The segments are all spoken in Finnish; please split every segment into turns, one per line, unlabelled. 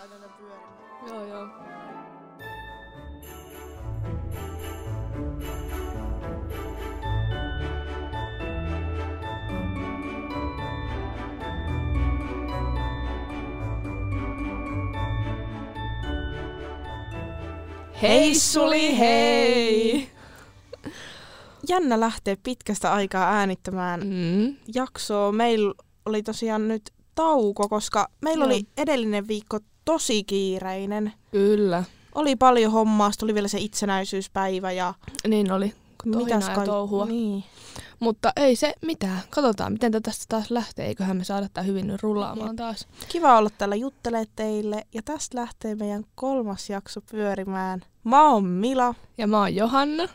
aina ne pyörimään.
Joo, joo. Hei suli hei!
Jännä lähtee pitkästä aikaa äänittämään
Mm.
jaksoa. Meillä oli tosiaan nyt tauko, koska meillä
Joo.
oli edellinen viikko tosi kiireinen.
Kyllä.
Oli paljon hommaa, sit oli vielä se itsenäisyyspäivä ja
Niin oli. Mitäs
kaik-
kai... touhua.
Niin.
Mutta ei se mitään. Katsotaan, miten tää tästä taas lähtee. Eiköhän me saada tää hyvin nyt rullaamaan taas.
Kiva olla täällä juttelee teille ja tästä lähtee meidän kolmas jakso pyörimään. Mä oon Mila
Ja mä oon Johanna.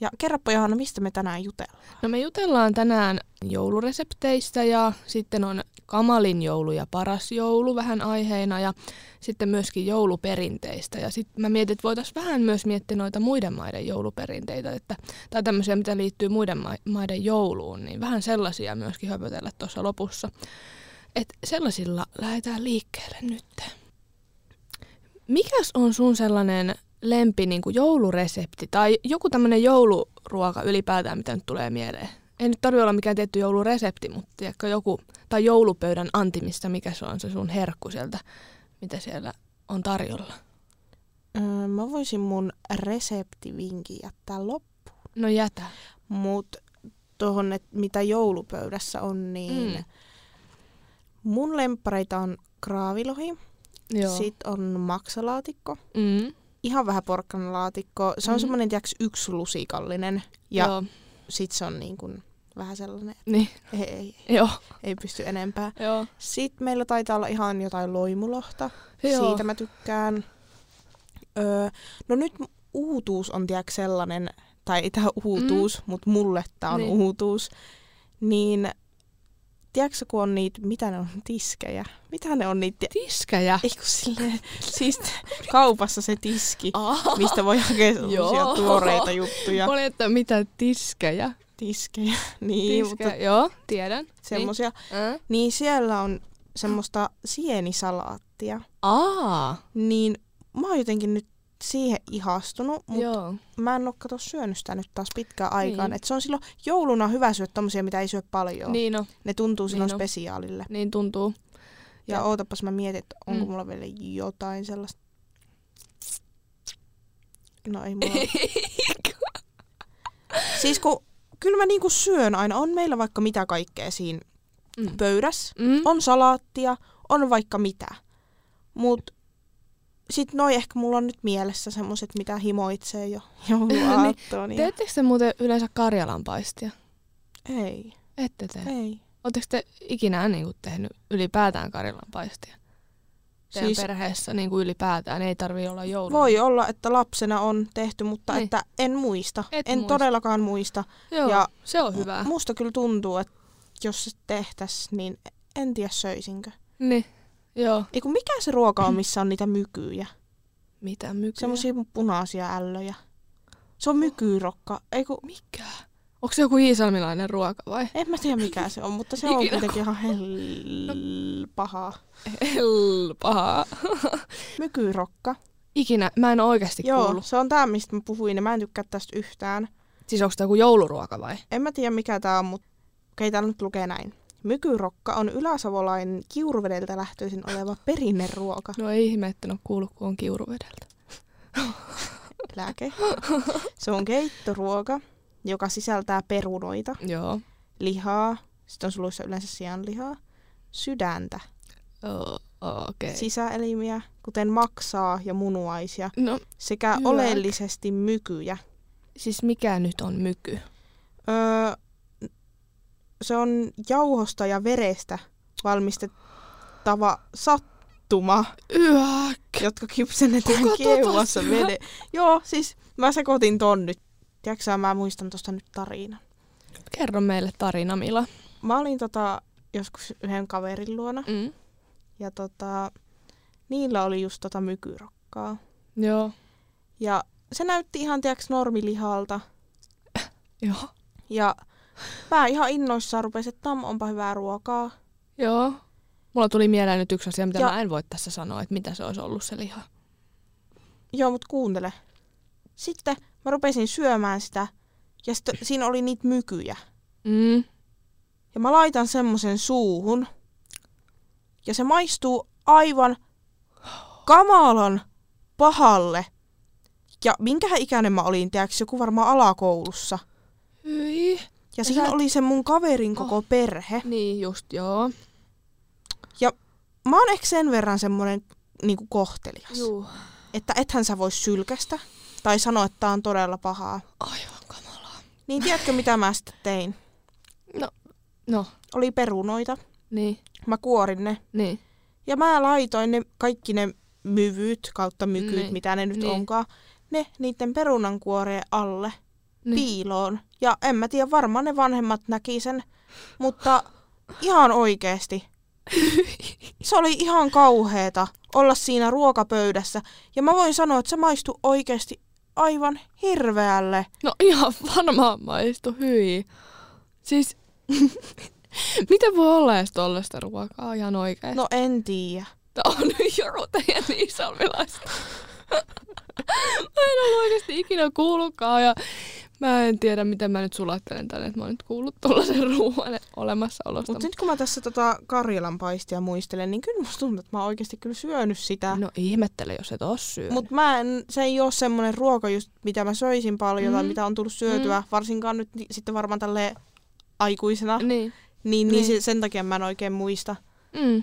ja kerropa Johanna, mistä me tänään jutellaan.
No me jutellaan tänään jouluresepteistä ja sitten on kamalin joulu ja paras joulu vähän aiheena ja sitten myöskin jouluperinteistä. Ja sitten mä mietin, että voitaisiin vähän myös miettiä noita muiden maiden jouluperinteitä, että, tai tämmöisiä, mitä liittyy muiden ma- maiden jouluun, niin vähän sellaisia myöskin höpötellä tuossa lopussa. Et sellaisilla lähdetään liikkeelle nyt. Mikäs on sun sellainen lempi niin kuin jouluresepti tai joku tämmöinen jouluruoka ylipäätään, mitä nyt tulee mieleen? Ei nyt tarvitse olla mikään tietty jouluresepti, mutta tiedätkö, joku, tai joulupöydän antimista, mikä se on se sun herkku sieltä, mitä siellä on tarjolla.
Öö, Mä voisin mun reseptivinkin jättää loppuun.
No jätä.
Mutta tuohon, että mitä joulupöydässä on, niin
Mm.
mm. mun lemppareita on kraavilohi,
Joo.
sitten on maksalaatikko,
mm.
ihan vähän porkkanalaatikko. Se on
Mhm.
mm. semmoinen, tiiäks, yksi lusikallinen ja
Joo.
sitten se on niin kun vähän sellainen,
Niin.
että ei, ei,
Joo.
ei pysty enempää.
Joo.
Sitten meillä taitaa olla ihan jotain loimulohta,
Joo.
siitä mä tykkään. Öö, no nyt m- uutuus on tiedäkö sellainen, tai ei tämä uutuus, mm. mutta mulle tämä on
Niin.
niin. uutuus. Niin tiedätkö kun on niitä, mitä ne on, tiskejä? Mitä ne on niitä?
Tiskejä.
Ei kun silleen, siis kaupassa se tiski,
Ah.
mistä voi hakea sellaisia
Joo.
tuoreita juttuja.
Oli, että mitä tiskejä.
Tiskejä, niin,
Tiskejä. niin.
mutta
Mutta... Joo, tiedän.
semmoisia.
Äh.
Niin siellä on semmoista sienisalaattia.
Aa.
Niin mä oon jotenkin nyt siihen ihastunut, mutta
Joo.
mä en oo kato syönyt sitä nyt taas pitkään aikaan.
Niin.
Et se on silloin jouluna hyvä syödä tommosia, mitä ei syö paljon.
Niin no,
Ne tuntuu silloin
Niin on.
spesiaalille.
niin tuntuu.
Ja
Jep.
ootapas mä mietin, että onko
Mm.
mulla vielä jotain sellaista. No ei mulla. oo. siis kun, kyllä mä niinku syön aina. On meillä vaikka mitä kaikkea siinä
Mm.
pöydässä.
Mm.
On salaattia, on vaikka mitä. Mut sit noi ehkä mulla on nyt mielessä semmoset, mitä himoitsee jo
Niin.
Niin jouluaattoon. ja-
Teettekö te muuten yleensä karjalanpaistia?
Ei,
Ette te.
ei.
Oletteko te ikinä niin kuin, tehnyt ylipäätään karjalanpaistia? Teidän siis...
Siis-
perheessä niin kuin ylipäätään ei tarvi olla joulua.
Voi olla, että lapsena on tehty, mutta
Niin.
niin. että en muista.
Et
en
muista.
todellakaan muista.
Joo, Ah. ja...
ja-
se on hyvä.
Musta kyllä tuntuu, että jos se tehtäis, niin en tiedä söisinkö.
Niin. Joo.
Ei kun mikä se ruoka on, missä on niitä mykyjä?
Mitä mykyä?
Semmoisia punaisia ällöjä. Se on mykyyrokka. Ei kun,
Mikä? Onko se joku iisalmilainen ruoka vai?
en mä tiedä mikä se on, mutta se on
Ikinä
kuitenkin ihan hell... pahaa.
Elpaha.
Mykyyrokka.
Ikinä. Mä en oo oikeasti Joo.
Joo,
kuullut.
se on tää, mistä mä puhuin ja mä en tykkää tästä yhtään.
Siis onko se joku jouluruoka vai?
En mä tiedä mikä tää on, mutta okei, täällä nyt lukee näin. Mykyrokka on yläsavolainen kiuruvedeltä lähtöisin oleva perinneruoka.
No ei ihme, että en oo kuullut, kun on kiuruvedeltä.
Lääke. Se on keittoruoka, joka sisältää perunoita,
Joo.
lihaa, sitten on suluissa yleensä sianlihaa, sydäntä,
Oh, Okei. Okay.
sisäelimiä, kuten maksaa ja munuaisia,
No,
sekä
Hyvä.
oleellisesti mykyjä.
siis mikä nyt on myky?
Öö, se on jauhosta ja verestä valmistettava sattuma.
Yäk.
jotka kypsennetään
Kuka tota
kieuassa
syö?
vede. Joo, siis mä sekoitin ton nyt. Tiedätkö sä, mä muistan tosta nyt tarinan.
Kerro meille tarina, Mila.
Mä olin tota, joskus yhden kaverin luona
Mm.
ja tota, niillä oli just tota mykyrokkaa.
Joo.
Ja se näytti ihan tiedätkö normilihalta
Joo.
ja mä ihan innoissaan rupesin, että tam onpa hyvää ruokaa.
Joo. Mulla tuli mieleen nyt yksi asia, mitä
Ja-
mä en voi tässä sanoa, että mitä se olisi ollut se liha.
Joo, mutta kuuntele. Sitten mä rupesin syömään sitä ja sit siinä oli niitä mykyjä.
Mm.
Ja mä laitan semmosen suuhun. Ja se maistuu aivan kamalan pahalle. Ja minkähän ikäinen mä olin, tiedätkö, joku varmaan alakoulussa.
Hyi.
Ja, ja
sä Oh.
siinä
et-
oli se mun kaverin koko perhe.
Niin just, joo.
Mä oon ehkä sen verran semmonen niinku kohtelias.
Juu.
Että ethän sä vois sylkästä tai sanoa, että tää on todella pahaa.
Aivan kamalaa.
Niin tiedätkö mitä mä sitten tein?
No,
Oli perunoita.
niin,
Mä kuorin ne.
niin.
Ja mä laitoin ne kaikki ne myvyyt kautta mykyt,
Niin.
mitä ne nyt
Niin.
onkaan, ne niiden perunankuoreen alle
niin.
piiloon. Ja en mä tiedä, varmaan ne vanhemmat näki sen, mutta ihan oikeesti. Se oli ihan kauheeta olla siinä ruokapöydässä. Ja mä voin sanoa, että se maistui oikeesti aivan hirveälle.
No ihan varmaan maistu, hyi. Siis, miten voi olla edes tollaista ruokaa ihan oikein?
No en tiedä.
Tää on nyt joku teidän isalmilaista. mä en ole oikeasti ikinä kuullutkaan ja mä en tiedä, miten mä nyt sulattelen tänne, että mä oon nyt kuullut tuollaisen ruoan olemassaolosta.
Mutta nyt kun mä tässä tota Karjalan paistia muistelen, niin kyllä musta tuntuu, että mä oon oikeasti kyllä syönyt sitä.
No ihmettele, jos et oo syönyt.
Mutta mä en, se ei ole semmoinen ruoka just, mitä mä söisin paljon mm. tai
Mm.
mitä on tullut syötyä, mm. varsinkaan nyt ni- sitten varmaan tälle aikuisena, niin,
Niin.
niin, niin.
niin.
Se, sen takia mä en oikein muista.
Mm.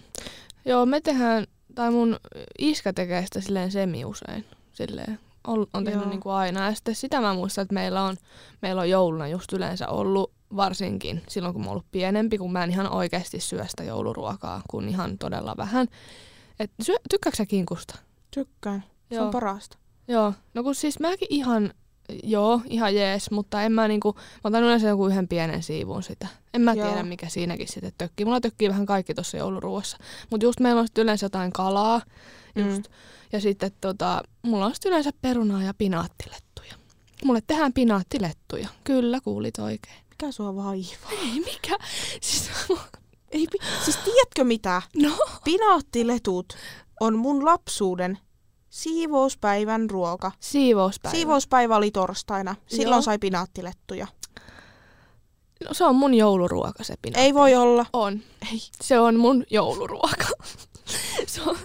Joo, me tehdään, tai mun iskä tekee sitä silleen semi usein. Silleen, on, on tehnyt
Joo.
niin kuin aina. Ja sitten sitä mä muistan, että meillä on, meillä on jouluna just yleensä ollut, varsinkin silloin kun mä oon ollut pienempi, kun mä en ihan oikeasti syö sitä jouluruokaa, kun ihan todella vähän. Et syö, tykkääksä sä kinkusta?
Tykkään, se on
Joo.
parasta.
Joo, no kun siis mäkin ihan, joo, ihan jees, mutta en mä niinku, mä otan yleensä jonkun yhden pienen siivun sitä. En mä
Joo.
joo. tiedä, mikä siinäkin sitten tökkii. Mulla tökkii vähän kaikki tuossa jouluruossa. Mutta just meillä on sitten yleensä jotain kalaa, just.
Mm.
Mm. Ja sitten tota, mulla on sitten yleensä perunaa ja pinaattilettuja. Mulle tehdään pinaattilettuja. Kyllä, kuulit oikein.
Mikä sua vaivaa?
Ei mikä, siis
Ei, pi- siis tiedätkö mitä?
no.
Pinaattiletut on mun lapsuuden siivouspäivän ruoka.
Siivouspäivä.
Siivouspäivä oli torstaina. Silloin
Joo.
sai pinaattilettuja.
No, se on mun jouluruoka se pinaatti.
Ei voi olla.
On. Ei. Se on mun jouluruoka. se on,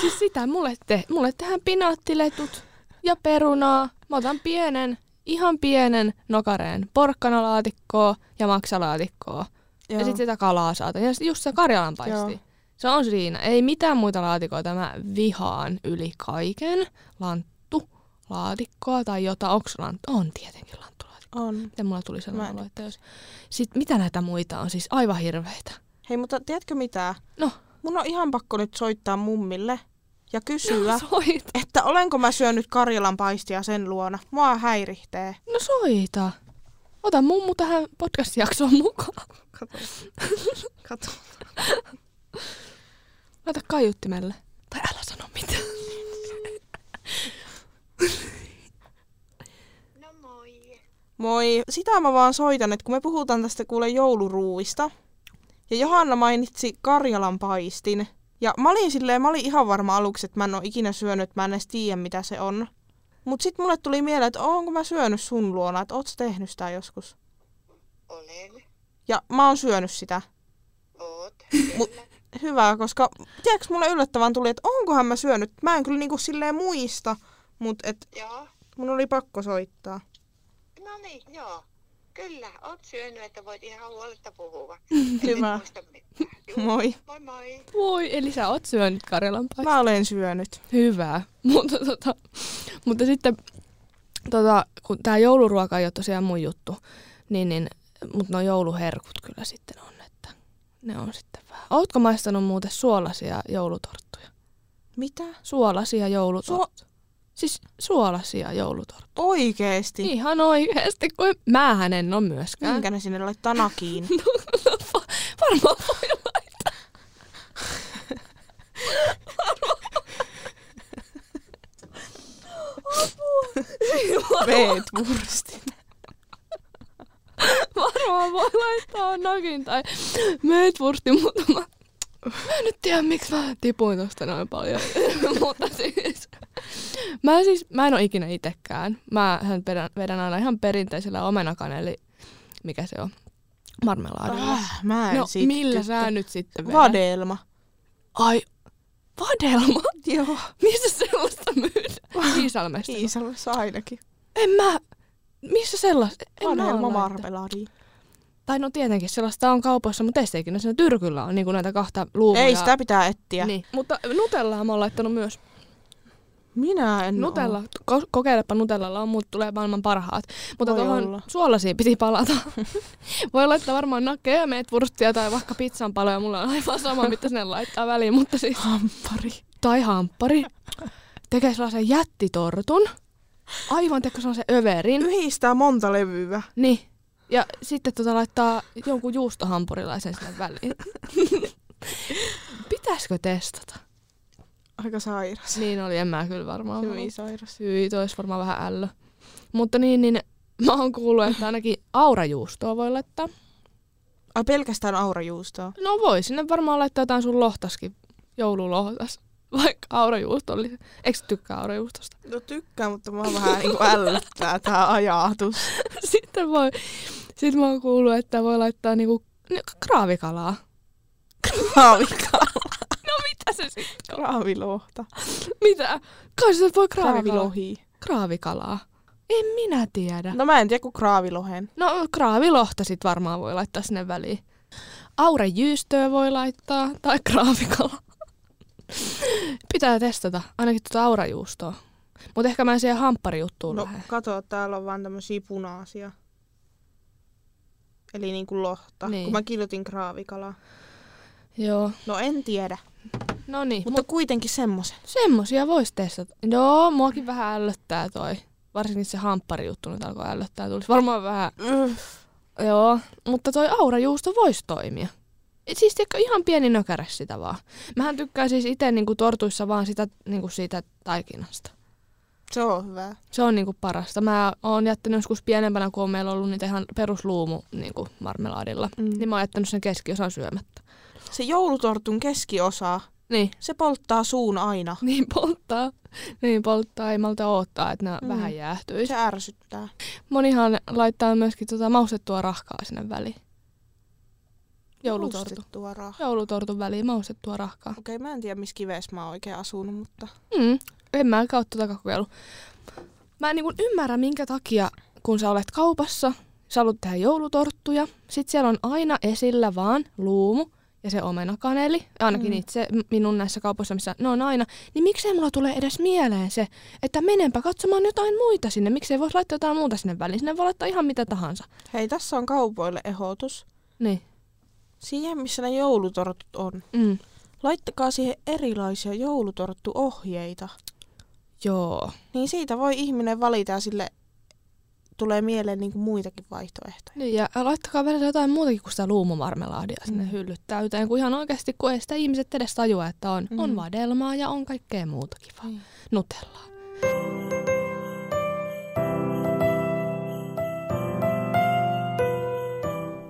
siis sitä mulle, te, mulle tehdään pinaattiletut ja perunaa. Mä otan pienen, ihan pienen nokareen porkkanalaatikkoa ja maksalaatikkoa. Joo. Ja sitten sitä kalaa saatan. Ja sit just se Karjalan paisti.
Joo.
Joo. Se on siinä. Ei mitään muita laatikoita. Mä vihaan yli kaiken. Lanttu, laatikkoa tai jotain. Onks lanttu? On tietenkin lanttu.
on.
Miten mulla tuli
Mä en
sellainen olo, että jos... Sitten mitä näitä muita on? Siis aivan hirveitä.
Hei, mutta tiedätkö mitä?
No.
Mun on ihan pakko nyt soittaa mummille ja kysyä,
No soita.
että olenko mä syönyt Karjalan paistia sen luona. Mua häirihtee.
No soita. Ota mummu tähän podcast-jaksoon mukaan.
Kato. Kato.
Laita kaiuttimelle. Tai älä sano mitään.
No moi.
Moi. Sitä mä vaan soitan, että kun me puhutaan tästä kuule jouluruuista, ja Johanna mainitsi Karjalan paistin, ja mä olin silleen, mä olin ihan varma aluksi, että mä en oo ikinä syönyt, mä en edes tiedä mitä se on. Mut sit mulle tuli mieleen, että oonko mä syönyt sun luona, että oot sä tehnyt sitä joskus.
Olen.
Ja mä oon syönyt sitä.
Oot.
hyvä, koska tiedätkö, mulle yllättävän tuli, että onkohan mä syönyt. Mä en kyllä niinku silleen muista, mutta et
joo.
mun oli pakko soittaa.
No niin, joo. Kyllä, oot syönyt, että voit ihan huoletta puhua.
Hyvä.
En muista mitään. Juu.
Moi.
Moi moi.
Voi, eli sä oot syönyt Karjalan paistia.
Mä olen syönyt.
Hyvä. Mutta, tota, mutta sitten, tota, kun tämä jouluruoka ei ole tosiaan mun juttu, niin, niin mutta no jouluherkut kyllä sitten on, että ne on sitten vähän. Ootko maistanut muuten suolasia joulutorttuja?
Mitä?
Suolasia joulutorttuja. siis suolasia joulutorttuja.
Oikeesti?
Ihan oikeasti, kun määhän en ole myöskään.
Niin. Minkä ne sinne laittaa nakiin?
Varmaan voi laittaa. Varmaan.
Veet murstin.
Varmaan voi laittaa nakin tai meetwursti, mutta mä, Mä en nyt tiedä, miksi mä tipuin tosta noin paljon. Mutta siis... Mä, siis, mä en ole ikinä itekään. Mä vedän, vedän aina ihan perinteisellä omenakan, eli mikä se on? Marmelaadilla.
Äh, mä en
no,
siitä
millä
tykkää.
sä nyt sitten vedät?
Vadelma.
Ai, vadelma?
Joo,
Missä sellaista myydään? Iisalmesta.
Iisalmessa ainakin.
En mä... Missä sellaista? En mä
Vadelma
oo laittanut.
marmeladi.
Tai no tietenkin, sellaista on kaupassa, mutta ei ikinä siinä Tyrkyllä on niin kuin näitä kahta luumua.
Ei, sitä pitää etsiä.
Niin. Mutta Nutellaa mä oon laittanut myös.
Minä en
Nutella,
oo.
ko- kokeilepa Nutellalla, on muut tulee maailman parhaat. Mutta
Voi
tuohon
olla.
suolasiin piti palata. Voi laittaa varmaan nakkeja ja meetwurstia tai vaikka pizzan paloja. Mulla on aivan sama, mitä sinne laittaa väliin, mutta siis...
Hamppari.
Tai hamppari. Tekee sellaisen jättitortun. Aivan tekee sellaisen överin.
Yhdistää monta levyä.
Niin. Ja sitten tota laittaa jonkun juustohampurilaisen sinne väliin. Pitäisikö testata?
Aika sairas.
Niin oli, en mä kyllä varmaan.
Hyvin sairas.
Hyi, tois varmaan vähän ällö. Mutta niin, niin mä oon kuullut, että ainakin aurajuustoa voi laittaa.
Ai pelkästään aurajuustoa.
No voi, sinne varmaan laittaa jotain sun lohtaskin, joululohtas. Vaikka aurajuusto oli. Eikö sä tykkää aurajuustosta?
No tykkää, mutta mä vähän niinku ällöttää tää ajatus.
Sitten voi, sit mä oon kuullut, että voi laittaa niinku ni- kraavikalaa.
Kraavikaa.
No mitä se sitten on?
Kraavilohta.
Mitä? Kai se voi kraavikalaa.
Kraavilohi.
Kraavikalaa. En minä tiedä.
No mä en tiedä kuin kraavilohen.
No kraavilohta sit varmaan voi laittaa sinne väliin. Aurajyystöä voi laittaa tai kraavikala. Pitää testata, ainakin tuota aurajuustoa. Mutta ehkä mä en siihen hampparijuttuun no.
No
lähde.
kato, täällä on vaan tämmösiä punaisia. Eli niinku lohta.
Niin.
Kun mä kirjoitin kraavikalaa.
Joo,
No en tiedä.
no niin. Mut
Mutta kuitenkin semmoisen.
semmosia voisi testata. Joo, muakin vähän ällöttää toi. Varsinkin se hampparijuttu nyt alkoi ällöttää. Tulisi varmaan vähän
Mm,
Joo, mutta toi aurajuusto voisi toimia. Et siis tiedätkö, ihan pieni nökärä sitä vaan. Mähän tykkään siis itse niinku tortuissa vaan sitä, niinku siitä taikinasta.
Se on hyvä.
Se on niinku parasta. Mä oon jättänyt joskus pienempänä, kun on meillä ollut niitä ihan perusluumu niinku marmelaadilla.
Mm.
Niin mä oon jättänyt sen keskiosan syömättä.
Se joulutortun keskiosa,
Niin.
se polttaa suun aina.
Niin polttaa. Niin polttaa, ei malta oottaa, että nämä mm.
Mm.
vähän jäähtyisi.
Se ärsyttää.
Monihan laittaa myöskin tota maustettua rahkaa sinne väliin. Joulutortu.
Joulutorttu. raha.
Joulutortun väliin maustettua rahkaa.
Okei, mä en tiedä missä kivessä mä oon oikein asunut, mutta...
Mm, en mä kautta tota kokeilu. Mä en niin ymmärrä, minkä takia, kun sä olet kaupassa, sä haluat tehdä joulutorttuja, sit siellä on aina esillä vaan luumu ja se omenakaneli, ainakin
Mm.
mm. itse m- minun näissä kaupoissa, missä ne on aina, niin miksei mulla tule edes mieleen se, että menenpä katsomaan jotain muita sinne, miksei voisi laittaa jotain muuta sinne väliin, sinne voi laittaa ihan mitä tahansa.
Hei, tässä on kaupoille ehdotus.
Niin.
Siihen, missä ne joulutortut on.
Mm.
Laittakaa siihen erilaisia joulutorttuohjeita.
Joo.
Niin siitä voi ihminen valita ja sille tulee mieleen niin kuin muitakin vaihtoehtoja.
Niin, ja laittakaa välillä jotain muutakin kuin sitä luumumarmelaadia sinne
Mm.
hyllyt täyteen, kun ihan oikeasti, kun ei sitä ihmiset edes tajua, että on, mm. on
Mm.
vadelmaa ja on kaikkea muuta kivaa. Mm.
Mm.
Nutellaa.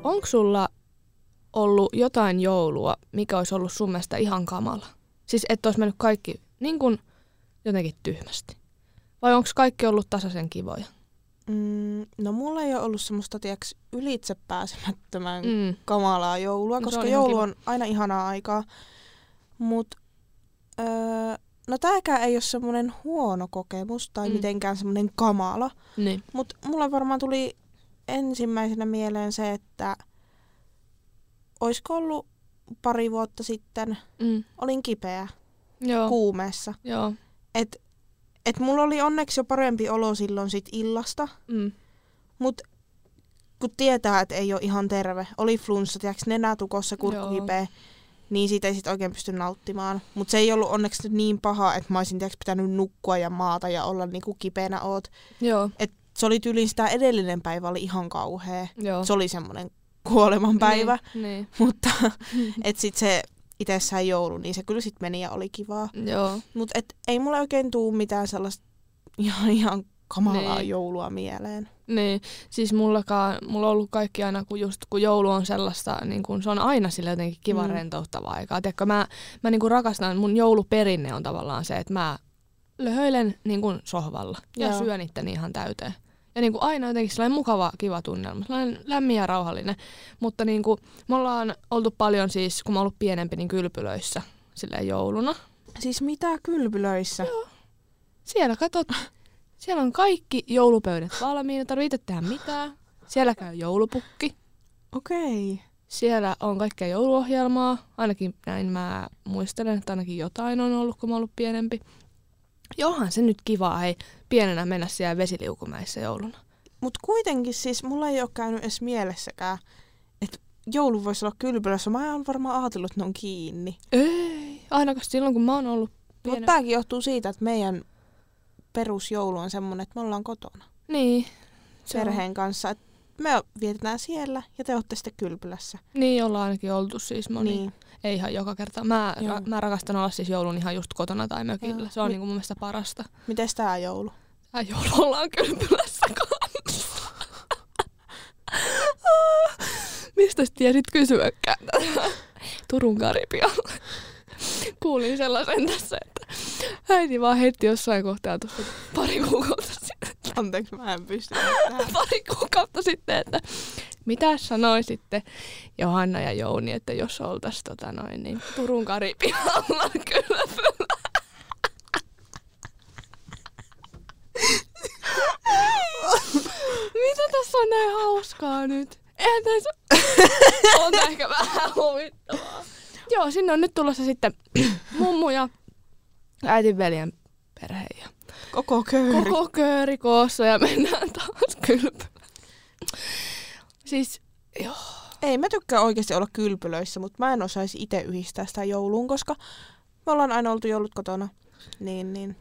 Onko sulla ollut jotain joulua, mikä olisi ollut sun mielestä ihan kamala? Siis että olisi mennyt kaikki niin kuin jotenkin tyhmästi. Vai onko kaikki ollut tasaisen kivoja?
Mm, no mulla ei ole ollut semmoista, tiiäks, ylitsepääsemättömän
Mm.
kamalaa joulua,
No se
koska
on ihan
joulu
kiva.
on aina ihanaa aikaa. Mut, öö, no tääkään ei ole semmoinen huono kokemus tai
Mm.
mm. mitenkään semmoinen kamala.
Niin.
Mut mulle varmaan tuli ensimmäisenä mieleen se, että oisko ollut pari vuotta sitten,
Mm.
olin kipeä
Joo.
kuumeessa.
Joo.
Et, et mulla oli onneksi jo parempi olo silloin sit illasta,
Mm.
mut kun tietää, että ei ole ihan terve, oli flunssa, tiiäks, nenätukossa,
Joo.
kurkkukipeä, niin siitä ei sit oikein pysty nauttimaan. Mut se ei ollut onneksi nyt niin paha, että mä olisin tiiäks, pitänyt nukkua ja maata ja olla niinku kipeänä oot.
Joo.
Et se oli tyyliin sitä edellinen päivä oli ihan kauhea.
Joo.
Se oli semmoinen kuolemanpäivä,
Niin,
mutta et sit se itsessään joulu, niin se kyllä sit meni ja oli kivaa.
niin. Joo.
Mut et ei mulle oikein tuu mitään sellaista ihan, ihan kamalaa
Niin.
joulua mieleen.
Niin, siis mullakaan, mulla on ollut kaikki aina, kun just kun joulu on sellaista, niin kun se on aina sillä jotenkin kiva
Mm.
mm. rentouttavaa aikaa. Tiedätkö, mä, mä niin kun rakastan, mun jouluperinne on tavallaan se, että mä löhöilen niin kun sohvalla ja
Joo.
syön itteni ihan täyteen. Ja niin kuin aina jotenkin sellainen mukava, kiva tunnelma, sellainen lämmin ja rauhallinen. Mutta niin kuin, me ollaan oltu paljon siis, kun mä oon ollut pienempi, niin kylpylöissä silleen jouluna.
Siis mitä kylpylöissä?
Siellä katot, siellä on kaikki joulupöydät valmiina, tarvitse tehdä mitään. Siellä käy joulupukki,
Okei. Okay.
siellä on kaikkea jouluohjelmaa, ainakin näin mä muistelen, että ainakin jotain on ollut, kun mä oon ollut pienempi. Ja onhan se nyt kivaa, hei, pienenä mennä siellä vesiliukumäissä jouluna.
Mutta kuitenkin siis mulla ei ole käynyt edes mielessäkään, että joulu voisi olla kylpylössä. Mä oon varmaan ajatellut, että ne on kiinni.
Ei, ainakaan silloin, kun mä oon ollut
Mutta
pienempi.
tämäkin johtuu siitä, että meidän perusjoulu on semmoinen, että me ollaan kotona
Niin.
se
on-
perheen kanssa. Et me vietetään siellä ja te olette sitten kylpylässä.
Niin, ollaan ainakin oltu siis moni. Niin.
Niin.
Ei ihan joka kerta. Mä,
Joo.
ra- mä rakastan olla siis joulun ihan just kotona tai mökillä.
Joo.
Se on
Mi-
niin kuin mun mielestä parasta.
Mites tää joulu?
Ai joo, ollaan kylpylässä kanssa. Mistä sä tiesit kysyäkään tätä? Turun Karibialle. Kuulin sellaisen tässä, että äiti vaan heitti jossain kohtaa tuossa pari kuukautta sitten,
Anteeksi, mä en pysty nyt tähän.
pari kuukautta sitten että mitä sanoisitte Johanna ja Jouni, että jos oltaisiin tota noin, niin Turun Karibialla kylpylässä. Mitä tässä on näin hauskaa nyt? Eihän tässä... on tää ehkä vähän huvittavaa. Joo, sinne on nyt tulossa sitten mummu ja äitin veljen perhe ja
Koko köyri.
koko kööri koossa ja mennään taas kylpylään. Siis, joo.
Ei mä tykkää oikeasti olla kylpylöissä, mutta mä en osaisi itse yhdistää sitä jouluun, koska me ollaan aina oltu joulut kotona. Niin, niin.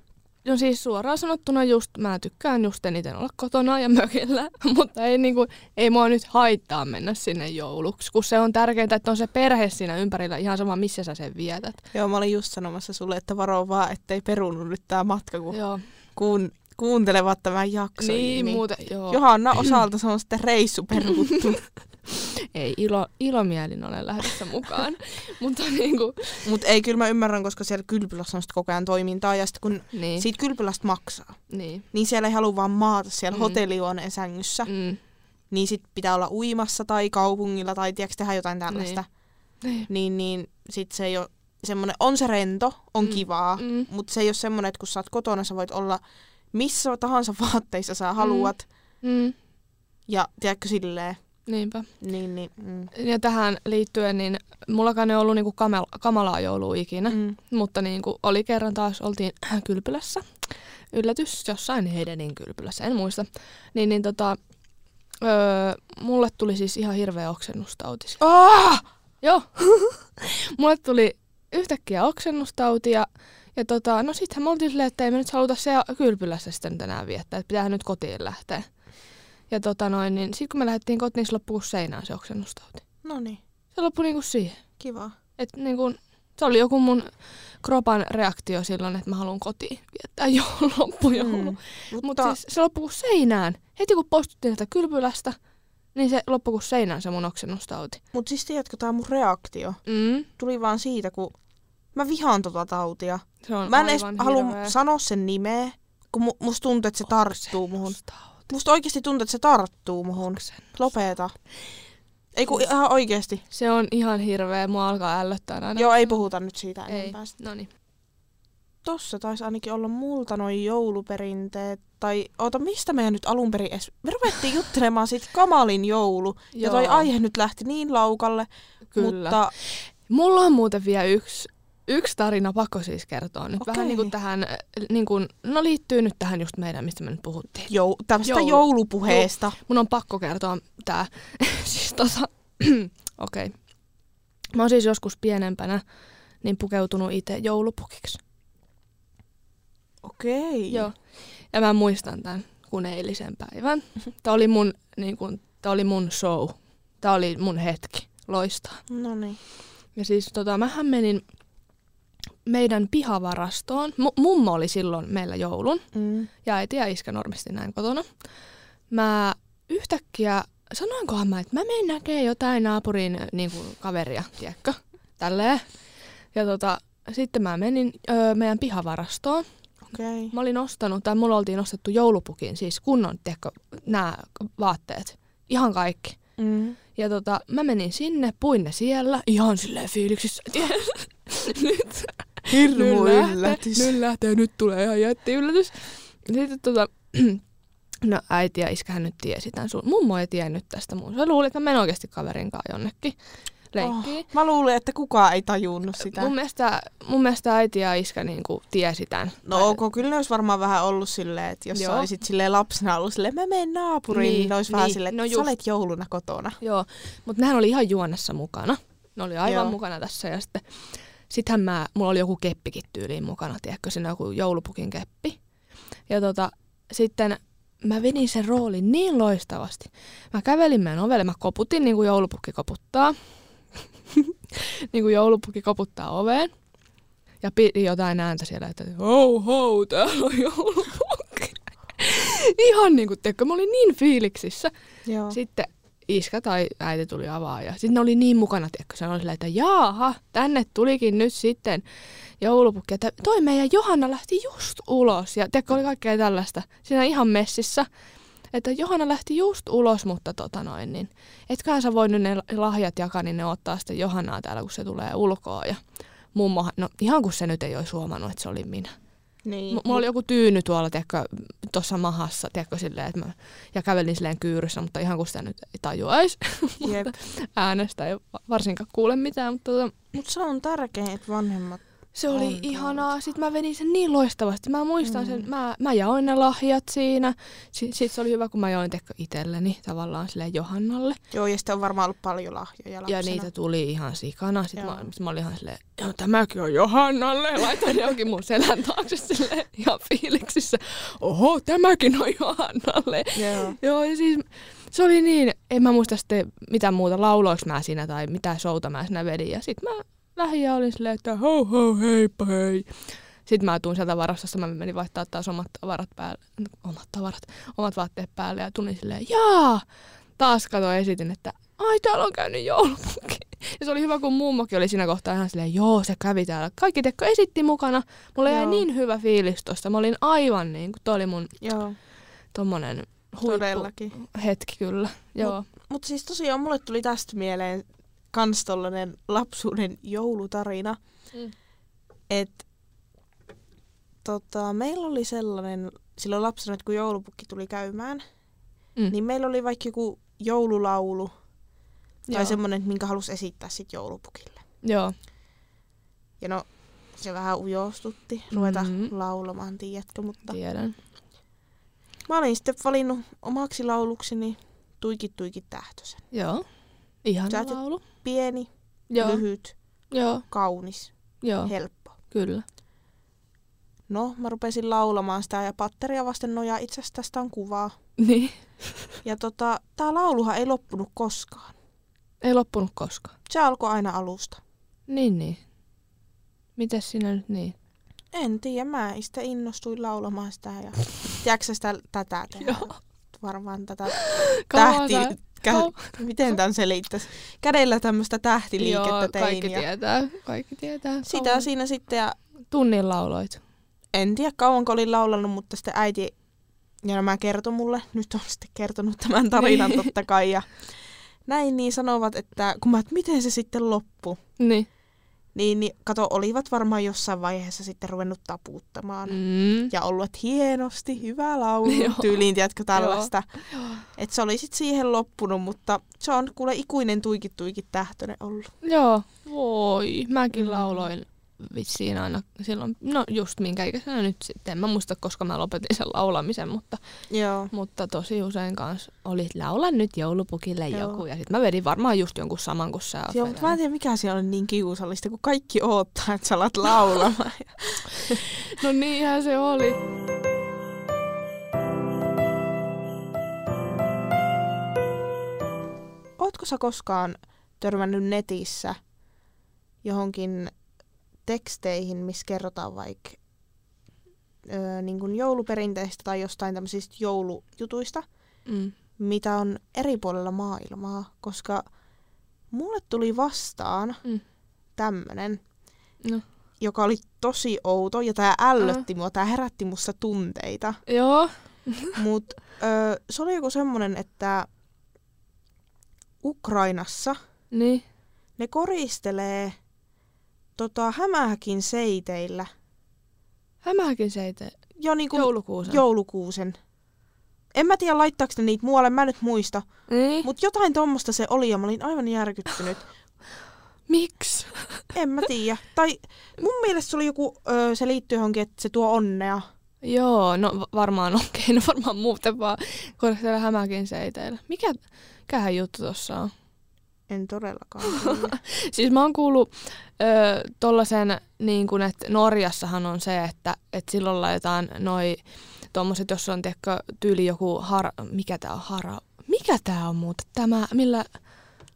No siis suoraan sanottuna just, mä tykkään just eniten olla kotona ja mökillä, mutta ei, niinku, ei mua nyt haittaa mennä sinne jouluksi, kun se on tärkeintä, että on se perhe siinä ympärillä ihan sama, missä sä sen vietät.
Joo, mä olin just sanomassa sulle, että varo vaan, ettei perunut nyt tää matka, kun
Joo.
kuun, kuuntelevat tämän jakson.
Niin, muuten, joo.
Johanna osalta se on sitten reissu peruttu.
Ei ilo, ilomielin ole lähdössä mukaan, mutta niinku,
Mutta ei, kyllä mä ymmärrän, koska siellä kylpylässä on sit koko ajan toimintaa ja sitten kun
niin,
siitä kylpylästä maksaa,
niin.
niin siellä ei halua vaan maata siellä
Mm.
mm. hotellihuoneen sängyssä. Mm.
Mm,
Niin sit pitää olla uimassa tai kaupungilla tai tiedätkö tehdä jotain tällaista.
Niin.
Niin, niin sit se ei ole semmonen, on se rento, on
Mm.
mm. kivaa, mm.
mm,
mutta se ei ole semmonen, että kun sä oot kotona, sä voit olla missä tahansa vaatteissa sä haluat. Mm.
mm,
Ja tiedätkö silleen,
niinpä.
niin, niin, mm.
Ja tähän liittyen, niin mullakaan ei ollut niinku kamala, kamalaa joulua ikinä.
Mm.
Mutta niin kuin oli kerran taas, oltiin kylpylässä. Yllätys, jossain Heidenin kylpylässä, en muista. Niin, niin tota, öö, mulle tuli siis ihan hirveä oksennustauti. siellä.
Ah!
Joo. mulle tuli yhtäkkiä oksennustauti ja, ja tota, no sittenhän me oltiin silleen, että ei me nyt haluta se kylpylässä sitten tänään viettää, että pitäähän nyt kotiin lähteä. Ja tota noin, niin sitten kun me lähdettiin kotiin, niin se loppui kuin seinään se oksennustauti.
No niin,
Se loppui niin kuin siihen.
kiva.
Et niin kun, se oli joku mun kropan reaktio silloin, että mä haluan kotiin viettää joulun
Hmm,
loppujoulu. Mm,
Mutta,
Mutta siis se loppuu seinään. Heti kun poistuttiin tätä kylpylästä, niin se loppuu kuin seinään se mun oksennustauti.
mut siis tiedätkö, tää mun reaktio
Mm.
tuli vaan siitä, kun mä vihaan tota tautia.
Se on
Mä en
aivan
edes halua
hirveä.
sanoa sen nimeä, kun mu- musta tuntuu, että se tarttuu muhun.
Oksennustauti.
Musta oikeasti tuntuu, että se tarttuu muhun. Lopeta. Ei kun ihan oikeesti.
Se on ihan hirveä. Mua alkaa ällöttää aina.
Joo, ei puhuta nyt siitä
ei.
enempää.
No niin.
Tossa taisi ainakin olla multa noin jouluperinteet. Tai oota, mistä meidän nyt alun perin edes... Me ruvettiin juttelemaan siitä kamalin joulu. Ja toi
Joo.
aihe nyt lähti niin laukalle.
Kyllä.
Mutta
Mulla on muuten vielä yksi, yksi tarina pakko siis kertoa nyt. Vähän
Okei.
niin kuin tähän, äh, niin kuin, no liittyy nyt tähän just meidän, mistä me nyt puhuttiin.
jou, tästä
Joulu.
joulupuheesta.
Mun on pakko kertoa tää. siis tota, okei. Okay. Mä oon siis joskus pienempänä niin pukeutunut itse joulupukiksi.
Okei.
Joo. Ja mä muistan tämän kun eilisen päivän. Tää oli mun, niin kun, tää oli mun show. Tää oli mun hetki loistaa.
No niin.
Ja siis tota, mähän menin meidän pihavarastoon. Mu- mummo oli silloin meillä joulun
Mm.
ja äiti ja iskä normisti näin kotona. Mä yhtäkkiä, sanoinkohan mä, että mä menen näkee jotain naapurin niin kuin kaveria, tiedätkö? Tälleen. Ja tota, sitten mä menin öö, meidän pihavarastoon.
Okei. Okay.
Mä olin ostanut, tai mulla oltiin ostettu joulupukin, siis kunnon, tiedätkö, nämä vaatteet. Ihan kaikki.
Mm.
Ja tota, mä menin sinne, puin ne siellä, ihan silleen fiiliksissä. tiedätkö? nyt,
Hirmu
nyt lähtee,
yllätys.
Nyt lähtee, nyt tulee ihan jätti yllätys. Sitten tota, no äiti ja iskähän nyt tiesi tämän sun. Mummo ei tiennyt tästä mun. Se luuli, että mä menen oikeasti kaverin kanssa jonnekin leikkiin.
Oh, mä luulen, että kukaan ei tajunnut sitä.
Mun mielestä, mun mielestä äiti ja iskä niinku tiesi tämän.
No ok, kyllä ne olisi varmaan vähän ollut silleen, että jos
Joo.
Joo. olisit silleen lapsena ollut silleen, mä menen naapuriin,
Niin,
niin, ne olisi vähän
niin.
silleen,
No
että sä
just.
olet jouluna kotona.
Joo, mutta nehän oli ihan juonessa mukana. Ne oli aivan
Joo.
mukana tässä ja sitten sittenhän mä, mulla oli joku keppikin tyyliin mukana, tiedätkö, siinä joku joulupukin keppi. Ja tota, sitten mä vedin sen roolin niin loistavasti. Mä kävelin meidän ovelle, mä koputin niin kuin joulupukki koputtaa. niin kuin joulupukki koputtaa oveen. Ja pidin jotain ääntä siellä, että hou hou, täällä on joulupukki. Ihan niin kuin, tiedätkö, mä olin niin fiiliksissä.
Joo.
Sitten iskä tai äiti tuli avaa ja sitten ne oli niin mukana, tiedätkö, se oli silleen, että jaaha, tänne tulikin nyt sitten joulupukki. Että toi meidän Johanna lähti just ulos ja tiedätkö, oli kaikkea tällaista siinä ihan messissä. Että Johanna lähti just ulos, mutta tota noin, niin etköhän sä voi nyt ne lahjat jakaa, niin ne ottaa sitten Johannaa täällä, kun se tulee ulkoa. Ja mummohan, no ihan kun se nyt ei olisi huomannut, että se oli minä.
Niin.
M- mulla oli joku tyyny tuolla, tiedätkö, tuossa mahassa, tiedätkö, silleen, että mä, ja kävelin silleen kyyryssä, mutta ihan kun sitä nyt ei tajuaisi
Jep.
äänestä, ei va- varsinkaan kuule mitään, mutta tota,
Mut se on tärkein, että vanhemmat...
se oli
On
ihanaa. Sitten mä vedin sen niin loistavasti. Mä muistan sen,
Mm.
mä, mä jaoin ne lahjat siinä. S- Sitten se oli hyvä, kun mä jaoin tekkö itselleni tavallaan sille Johannalle.
Joo, ja sitten on varmaan ollut paljon lahjoja lapsena.
Ja niitä tuli ihan sikana. Sitten
Joo.
mä, sit mä, olin ihan silleen, joo, tämäkin on Johannalle. Laitoin ne johonkin mun selän taakse silleen ihan fiiliksissä. Oho, tämäkin on Johannalle.
Joo.
Joo, ja siis se oli niin, en mä muista sitten mitä muuta lauloiksi mä siinä tai mitä showta mä siinä vedin. Ja sit mä lähdin ja olin silleen, että hou hou heippa hei. Sitten mä tuun sieltä varastosta, mä menin vaihtaa taas omat tavarat päälle, omat tavarat, omat vaatteet päälle ja tulin silleen, jaa! Taas kato esitin, että ai täällä on käynyt joulupukki. Ja se oli hyvä, kun mummokin oli siinä kohtaa ihan silleen, joo se kävi täällä. Kaikki tekko esitti mukana. Mulla jäi
Joo.
niin hyvä fiilis tosta. Mä olin aivan niin kuin, toi oli mun
Joo,
tommonen huippu,
todellakin.
hetki kyllä, joo.
Mutta siis tosiaan mulle tuli tästä mieleen kans tollanen lapsuuden joulutarina.
Mm.
Mm. Et, tota, meillä oli sellainen, silloin lapsena, että kun joulupukki tuli käymään,
Mm.
mm. niin meillä oli vaikka joku joululaulu
Joo.
tai semmoinen, että minkä halusi esittää sit joulupukille.
Joo.
Ja no, se vähän ujostutti ruveta
Mhm.
mm. laulamaan, tiedätkö, mutta
Tiedän.
mä olin sitten valinnut omaksi laulukseni Tuikit tuikit tähtösen.
Joo. Ihana
Sä et- Mm-hmm.
laulu.
Pieni,
Joo,
lyhyt,
joo,
kaunis,
joo,
helppo.
kyllä.
No, mä rupesin laulamaan sitä ja patteria vasten nojaa itse asiassa tästä on kuvaa.
Niin.
Ja tota, tää lauluhan ei loppunut koskaan.
Ei loppunut koskaan.
Se alkoi aina alusta.
Niin, niin. Mitäs sinä nyt niin?
En tiedä, mä sitten innostuin laulamaan sitä ja tiedätkö sä sitä tätä tehdä? Varmaan tätä tähti...
Kauan sä-
Kä...
Kau-
Miten tämän selittäisi? Kädellä tämmöistä
Joo,
tähtiliikettä
kaikki
tein. Ja
tietää. Kaikki tietää.
sitä
Kauan.
siinä sitten ja
Tunnin lauloit.
en tiedä kauanko olin laulanut, mutta sitten äiti ja nämä kertoi mulle, nyt on sitten kertonut tämän tarinan
Niin.
totta kai ja näin niin sanovat, että kun mä, että miten se sitten loppui,
Niin.
niin, niin kato, olivat varmaan jossain vaiheessa sitten ruvennut taputtamaan. Mm.
Mm.
Ja ollut, että hienosti, hyvä laulu,
Joo.
tyyliin, tiedätkö, tällaista. Että se oli sitten siihen loppunut, mutta se on kuule ikuinen tuikit tuikit tähtönen ollut.
Joo. Voi, mäkin
Mm.
lauloin vissiin aina silloin, no just minkä ikäisenä nyt sitten. En mä muista, koska mä lopetin sen laulamisen, mutta
Joo.
Mutta tosi usein kanssa oli, että laula nyt joulupukille
Joo.
joku. Ja sitten mä vedin varmaan just jonkun saman kuin sä oot
Joo, mutta mä en
vedänyt.
tiedä, mikä siellä on niin kiusallista, kun kaikki oottaa, että sä alat laulamaan.
No niinhän se oli.
Ootko sä koskaan törmännyt netissä johonkin teksteihin, missä kerrotaan vaikka öö, niin kuin jouluperinteistä tai jostain tämmöisistä joulujutuista,
Mm.
mitä on eri puolilla maailmaa, koska mulle tuli vastaan
Mm.
tämmönen,
No.
joka oli tosi outo ja tämä ällötti mua, tämä herätti musta tunteita.
Joo.
Mutta se oli joku semmonen, että Ukrainassa
Niin.
ne koristelee tota, hämähäkin seiteillä
Hämähäkin seite.
jo niinku
Joulukuusen.
joulukuusen. En mä tiedä laittaako ne niitä muualle, mä en nyt muista.
Niin.
Mutta jotain tuommoista se oli ja mä olin aivan järkyttynyt.
Miksi?
En mä tiedä. Tai mun mielestä se oli joku, öö, se liittyy johonkin, että se tuo onnea.
Joo, no va- varmaan okei, no varmaan muuten vaan koristella hämäkin seiteillä. Mikä, mikähän juttu tossa on?
En todellakaan. tiedä.
Siis mä oon kuullut öö, tollasen, niin kun, että Norjassahan on se, että, että silloin laitetaan noi tommoset, jos on tiedätkö, tyyli joku har, mikä tää on hara, mikä tää on muuten, tämä, millä,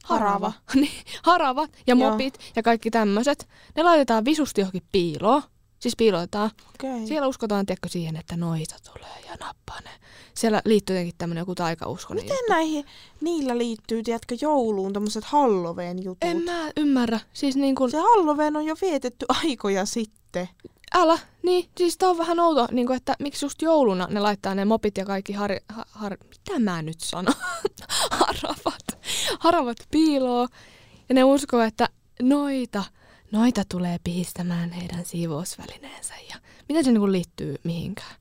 Harava.
niin, harava ja
Joo.
mopit ja kaikki tämmöiset, ne laitetaan visusti johonkin piiloon, siis piilotetaan,
Okei.
Siellä uskotaan, tiedätkö, siihen, että noita tulee ja nappaa ne. Siellä liittyy jotenkin tämmöinen joku taikausko. niin-
Miten näihin, niillä liittyy, tiedätkö, jouluun tämmöiset Halloween jutut?
En mä ymmärrä. Siis niin kuin,
Se Halloween on jo vietetty aikoja sitten.
älä, niin, siis tää on vähän outo, niin kuin, että miksi just jouluna ne laittaa ne mopit ja kaikki har, har, har mitä mä nyt sanon, haravat, haravat piiloo. Ja ne uskoo, että noita, noita tulee pihistämään heidän siivousvälineensä ja miten se niin kuin liittyy mihinkään.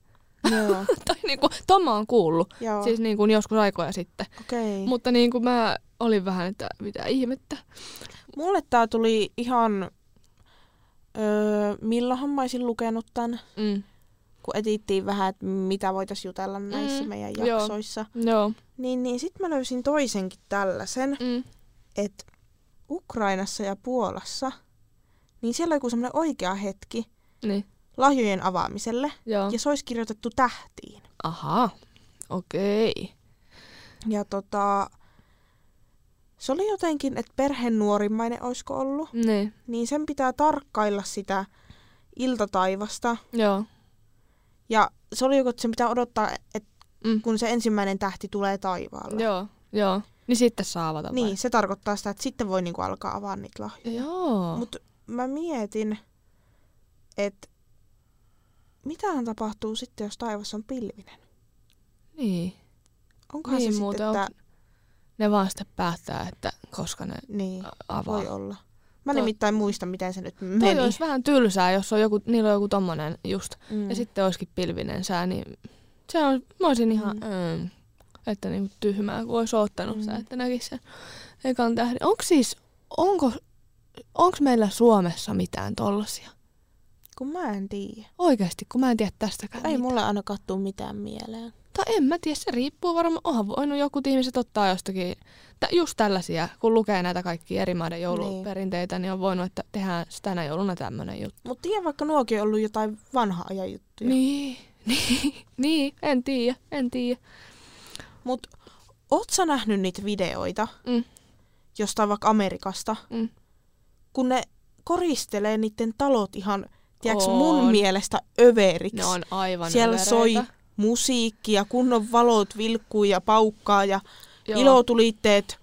Joo.
tai niin kuin, Tomma on kuullut,
Joo.
siis niin kuin joskus aikoja sitten.
Okei. Okay.
Mutta niin kuin mä olin vähän, että mitä ihmettä.
Mulle tää tuli ihan... Öö, milloinhan mä olisin lukenut tän,
Mm.
kun etittiin vähän, että mitä voitaisiin jutella näissä
Mm,
meidän
joo.
jaksoissa.
Joo.
Niin, niin sitten mä löysin toisenkin tällaisen,
Mm.
että Ukrainassa ja Puolassa, niin siellä on joku semmoinen oikea hetki
Niin.
lahjojen avaamiselle,
Joo.
ja se olisi kirjoitettu tähtiin.
Aha. Okei.
Ja tota, se oli jotenkin, että perheen nuorimmainen olisiko ollut,
Niin.
niin sen pitää tarkkailla sitä iltataivasta.
Joo.
Ja se oli joku, että sen pitää odottaa, että
Mm.
kun se ensimmäinen tähti tulee taivaalle.
Joo. Joo. Niin sitten saa avata vai?
Niin, se tarkoittaa sitä, että sitten voi niinku alkaa avaa niitä lahjoja.
Joo.
Mut mä mietin, että mitähän tapahtuu sitten, jos taivas on pilvinen?
niin.
Onkohan
Niin,
se
muuten
sitten, että...
Ne vaan sitten päättää, että koska ne
Niin,
ä, avaa.
voi olla. Mä
Toi-
nimittäin muista, miten se nyt
Toi
meni.
olisi vähän tylsää, jos on joku, niillä on joku tommonen just.
Mm.
Mm. Ja sitten olisikin pilvinen sää, niin se on, mä olisin ihan,
Mm.
mm. että niinku tyhmää, kun olisi ottanut
Mm.
mm. sitä, että näkisi sen ekan tähden. Onko siis, onko, onko meillä Suomessa mitään tollasia?
Kun mä en tiedä.
Oikeasti, kun mä en tiedä tästäkään.
Ei
mitään.
mulle ainakaan tuu mitään mieleen.
Tai en mä tiedä, se riippuu varmaan. Onhan voinut jotkut ihmiset ottaa jostakin, tä, just tällaisia, kun lukee näitä kaikki eri maiden jouluperinteitä, niin, niin on voinut, että tehdään tänä jouluna tämmöinen juttu.
Mutta tiedän, vaikka nuokin on ollut jotain vanhaa ajan juttuja.
Niin, niin, niin, en tiedä, en tiedä.
Mut oot sä nähnyt niitä videoita
Mm.
jostain vaikka Amerikasta,
Mm.
kun ne koristelee niiden talot ihan, tiedätkö, mun
On.
mielestä överiksi.
Ne on aivan
Siellä
övereitä.
soi musiikkia, kunnon valot vilkkuu ja paukkaa ja Joo.
Joo,
ilotulitteet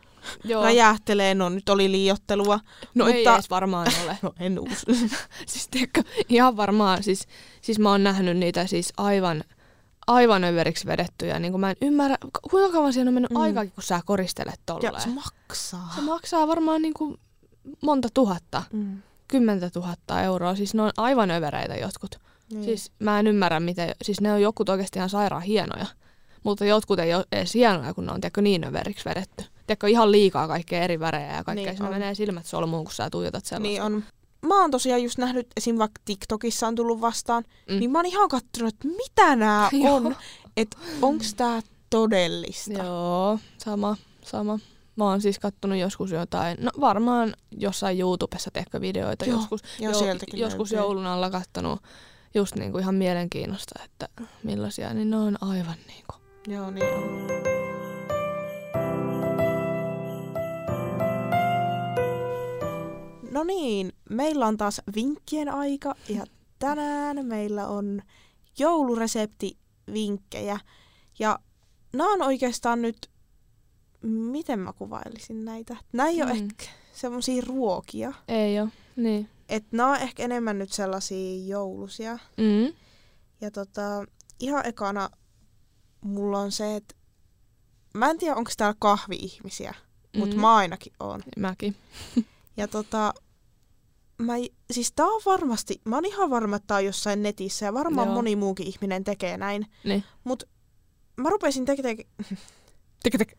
joo.
Joo. räjähtelee. No nyt oli liiottelua.
No ei
mutta-
edes varmaan ole.
No en usko.
siis tiedätkö, ihan varmaan, siis, siis mä oon nähnyt niitä siis aivan, aivan överiksi vedettyjä. Niin kuin mä en ymmärrä, ku- kuinka kauan siinä on mennyt
Mm.
mm. aikaa, kun sä koristelet tolleen.
ja se maksaa.
Se maksaa varmaan niin kuin monta tuhatta,
Mm.
kymmentä tuhatta euroa. Siis ne on aivan övereitä jotkut.
Niin.
Siis mä en ymmärrä, miten, siis ne on jotkut oikeasti ihan sairaan hienoja. Mutta jotkut ei ole edes hienoja, kun ne on tiedätkö, niin överiksi vedetty. Tiedätkö, ihan liikaa kaikkea eri värejä ja kaikkea.
Niin
Niin, Siinä
on.
menee silmät solmuun, kun sä tuijotat sellaista.
Niin on. Mä oon tosiaan just nähnyt, esim. vaikka TikTokissa on tullut vastaan, mm.
Mm.
niin mä oon ihan kattonut, että mitä nää
Joo.
on, että onks tää todellista.
Joo, sama, sama. Mä oon siis kattonut joskus jotain, no varmaan jossain YouTubessa tehkö videoita
Joo,
joskus.
joo, sieltäkin
joskus
löytyy.
joulun alla kattonut just niinku ihan mielenkiinnosta, että millaisia, niin ne on aivan niinku.
Joo, niin on. No No niin, meillä on taas vinkkien aika ja tänään meillä on joulureseptivinkkejä. Ja nämä on oikeastaan nyt, miten mä kuvailisin näitä? Nämä ei mm. ole
Mm.
ehkä semmoisia ruokia.
Ei ole, niin.
Että nämä on ehkä enemmän nyt sellaisia joulusia.
Mm.
Ja tota, ihan ekana mulla on se, että mä en tiedä onko täällä kahvi-ihmisiä, mutta
Mm.
mä ainakin oon.
Mäkin.
Ja tota, mä, ei- siis tää on varmasti, mä oon ihan varma, että tää on jossain netissä ja varmaan Joo.
Joo.
moni muukin ihminen tekee näin.
Niin.
Mut mä rupesin, teke, teke,
Tek, tek.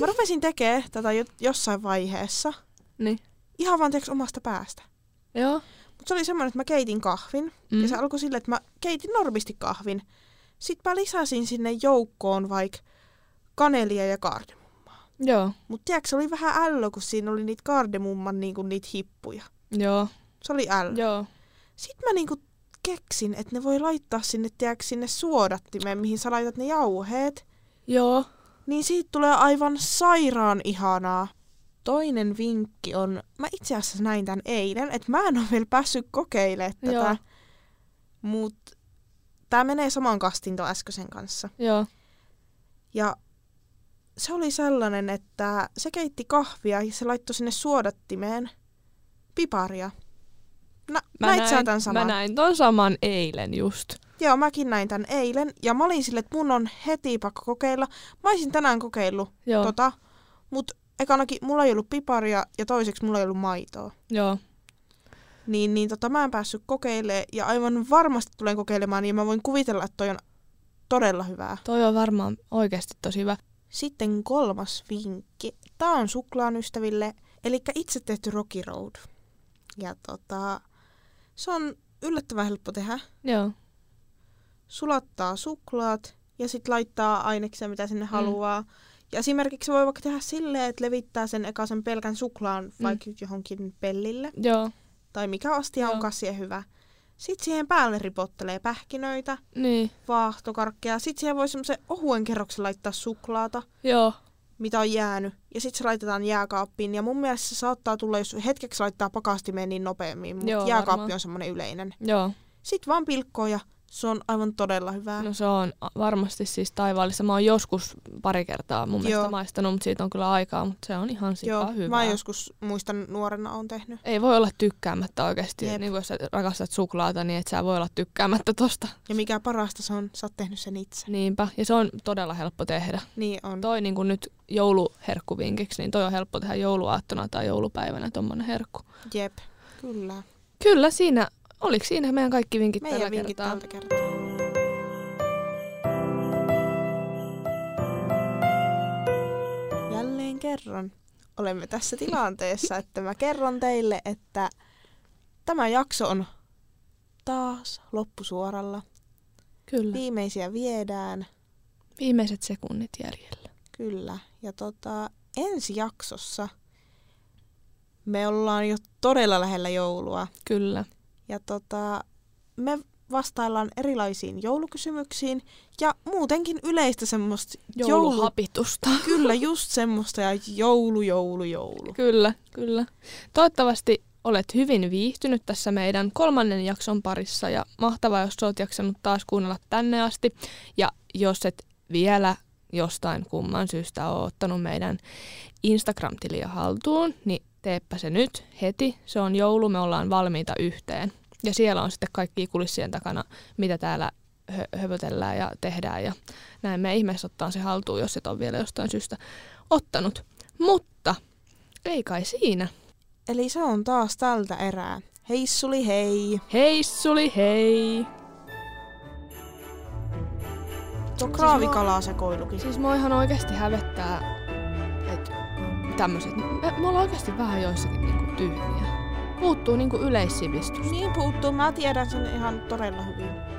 mä rupesin tekee tätä jo, jossain vaiheessa.
Niin.
Ihan vaan tiiäks, omasta päästä.
Joo.
Mut se oli semmoinen, että mä keitin kahvin. Mm. Ja se alkoi sille, että mä keitin normisti kahvin. Sitten mä lisäsin sinne joukkoon vaikka kanelia ja kardemummaa.
Joo.
Mut tiedätkö, se oli vähän ällö, kun siinä oli niitä kardemumman niinku niitä hippuja.
Joo.
Se oli ällö.
Joo.
Sitten mä niinku keksin, että ne voi laittaa sinne, tiedätkö, sinne suodattimeen, mihin sä laitat ne jauheet.
Joo.
Niin siitä tulee aivan sairaan ihanaa. Toinen vinkki on, mä itse asiassa näin tämän eilen, että mä en ole vielä päässyt kokeilemaan
Joo.
tätä. Mut tää menee saman kastin tuon äskeisen kanssa.
Joo.
Ja se oli sellainen, että se keitti kahvia ja se laittoi sinne suodattimeen piparia. Nä, näit sä tämän saman?
mä näin ton saman eilen just.
Joo, mäkin näin tämän eilen. Ja mä olin sille, että mun on heti pakko kokeilla. Mä olisin tänään kokeillut
Joo. Tot...
tota, mutta ekanakin mulla ei ollut piparia ja toiseksi mulla ei ollut maitoa.
Joo.
Niin, niin tota, mä en päässyt kokeilemaan ja aivan varmasti tulen kokeilemaan ja mä voin kuvitella, että toi on todella hyvää.
Toi on varmaan oikeasti tosi hyvä.
Sitten kolmas vinkki. Tää on suklaan ystäville, eli itse tehty Rocky Road. Ja tota, se on yllättävän helppo tehdä.
Joo.
sulattaa suklaat ja sitten laittaa aineksia, mitä
Mm.
sinne haluaa. Ja esimerkiksi voi vaikka tehdä silleen, että levittää sen eka sen pelkän
Mm.
suklaan vaikka johonkin pellille
Joo.
tai mikä astia on
Joo.
kasvien hyvä. Sitten siihen päälle ripottelee pähkinöitä,
Niin.
vaahtokarkkeja. Sitten siihen voi semmoisen ohuen kerroksen laittaa suklaata,
Joo.
mitä on jäänyt. Ja sitten se laitetaan jääkaappiin. Ja mun mielestä se saattaa tulla, jos hetkeksi laittaa pakastimeen niin nopeammin. Mutta
Joo,
jääkaappi
varmaan.
on semmoinen yleinen.
Joo.
Sitten vaan pilkkoa ja se on aivan todella hyvää.
No se on a- varmasti siis taivaallista. Mä oon joskus pari kertaa mun mielestä
Joo.
maistanut, mutta siitä on kyllä aikaa, mutta se on ihan
Joo,
sikaa hyvää.
mä joskus muistan nuorena on tehnyt.
Ei voi olla tykkäämättä oikeasti.
Jep.
Niin kuin jos sä rakastat suklaata, niin et sä voi olla tykkäämättä tosta.
Ja mikä parasta se on, sä oot tehnyt sen itse.
Niinpä. Ja se on todella helppo tehdä.
Niin on.
Toi niin kuin nyt jouluherkkuvinkiksi, niin toi on helppo tehdä jouluaattona tai joulupäivänä tommonen herkku.
Jep, kyllä.
Kyllä siinä, oliko siinä meidän kaikki vinkit
Meidän
tällä
vinkit
kertaa?
tältä kertaa. Jälleen kerran olemme tässä tilanteessa, että mä kerron teille, että tämä jakso on taas loppusuoralla.
Kyllä.
Viimeisiä viedään,
Viimeiset sekunnit jäljellä.
kyllä. Ja tota, ensi jaksossa me ollaan jo todella lähellä joulua.
Kyllä.
Ja tota, me vastaillaan erilaisiin joulukysymyksiin ja muutenkin yleistä semmoista joulu...
Jouluhapitusta.
Kyllä, just semmoista ja joulu, joulu, joulu.
Kyllä, kyllä. Toivottavasti olet hyvin viihtynyt tässä meidän kolmannen jakson parissa ja mahtavaa, jos olet jaksanut taas kuunnella tänne asti. Ja jos et vielä jostain kumman syystä ole ottanut meidän Instagram-tiliä haltuun, niin teepä se nyt heti. Se on joulu, me ollaan valmiita yhteen. Ja siellä on sitten kaikki kulissien takana, mitä täällä hö- höpötellään ja tehdään. Ja näin me ihmeessä ottaa se haltuun, jos et ole vielä jostain syystä ottanut. Mutta ei kai siinä.
Eli se on taas tältä erää. Heissuli hei!
Hei suli hei!
Tuo kraavikalasekoilukin.
Siis mua ihan oikeasti hävettää, että tämmöiset, me, me ollaan oikeasti vähän joissakin niinku tyhmiä. Puuttuu niinku yleissivistys.
Niin puuttuu, mä tiedän sen ihan todella hyvin.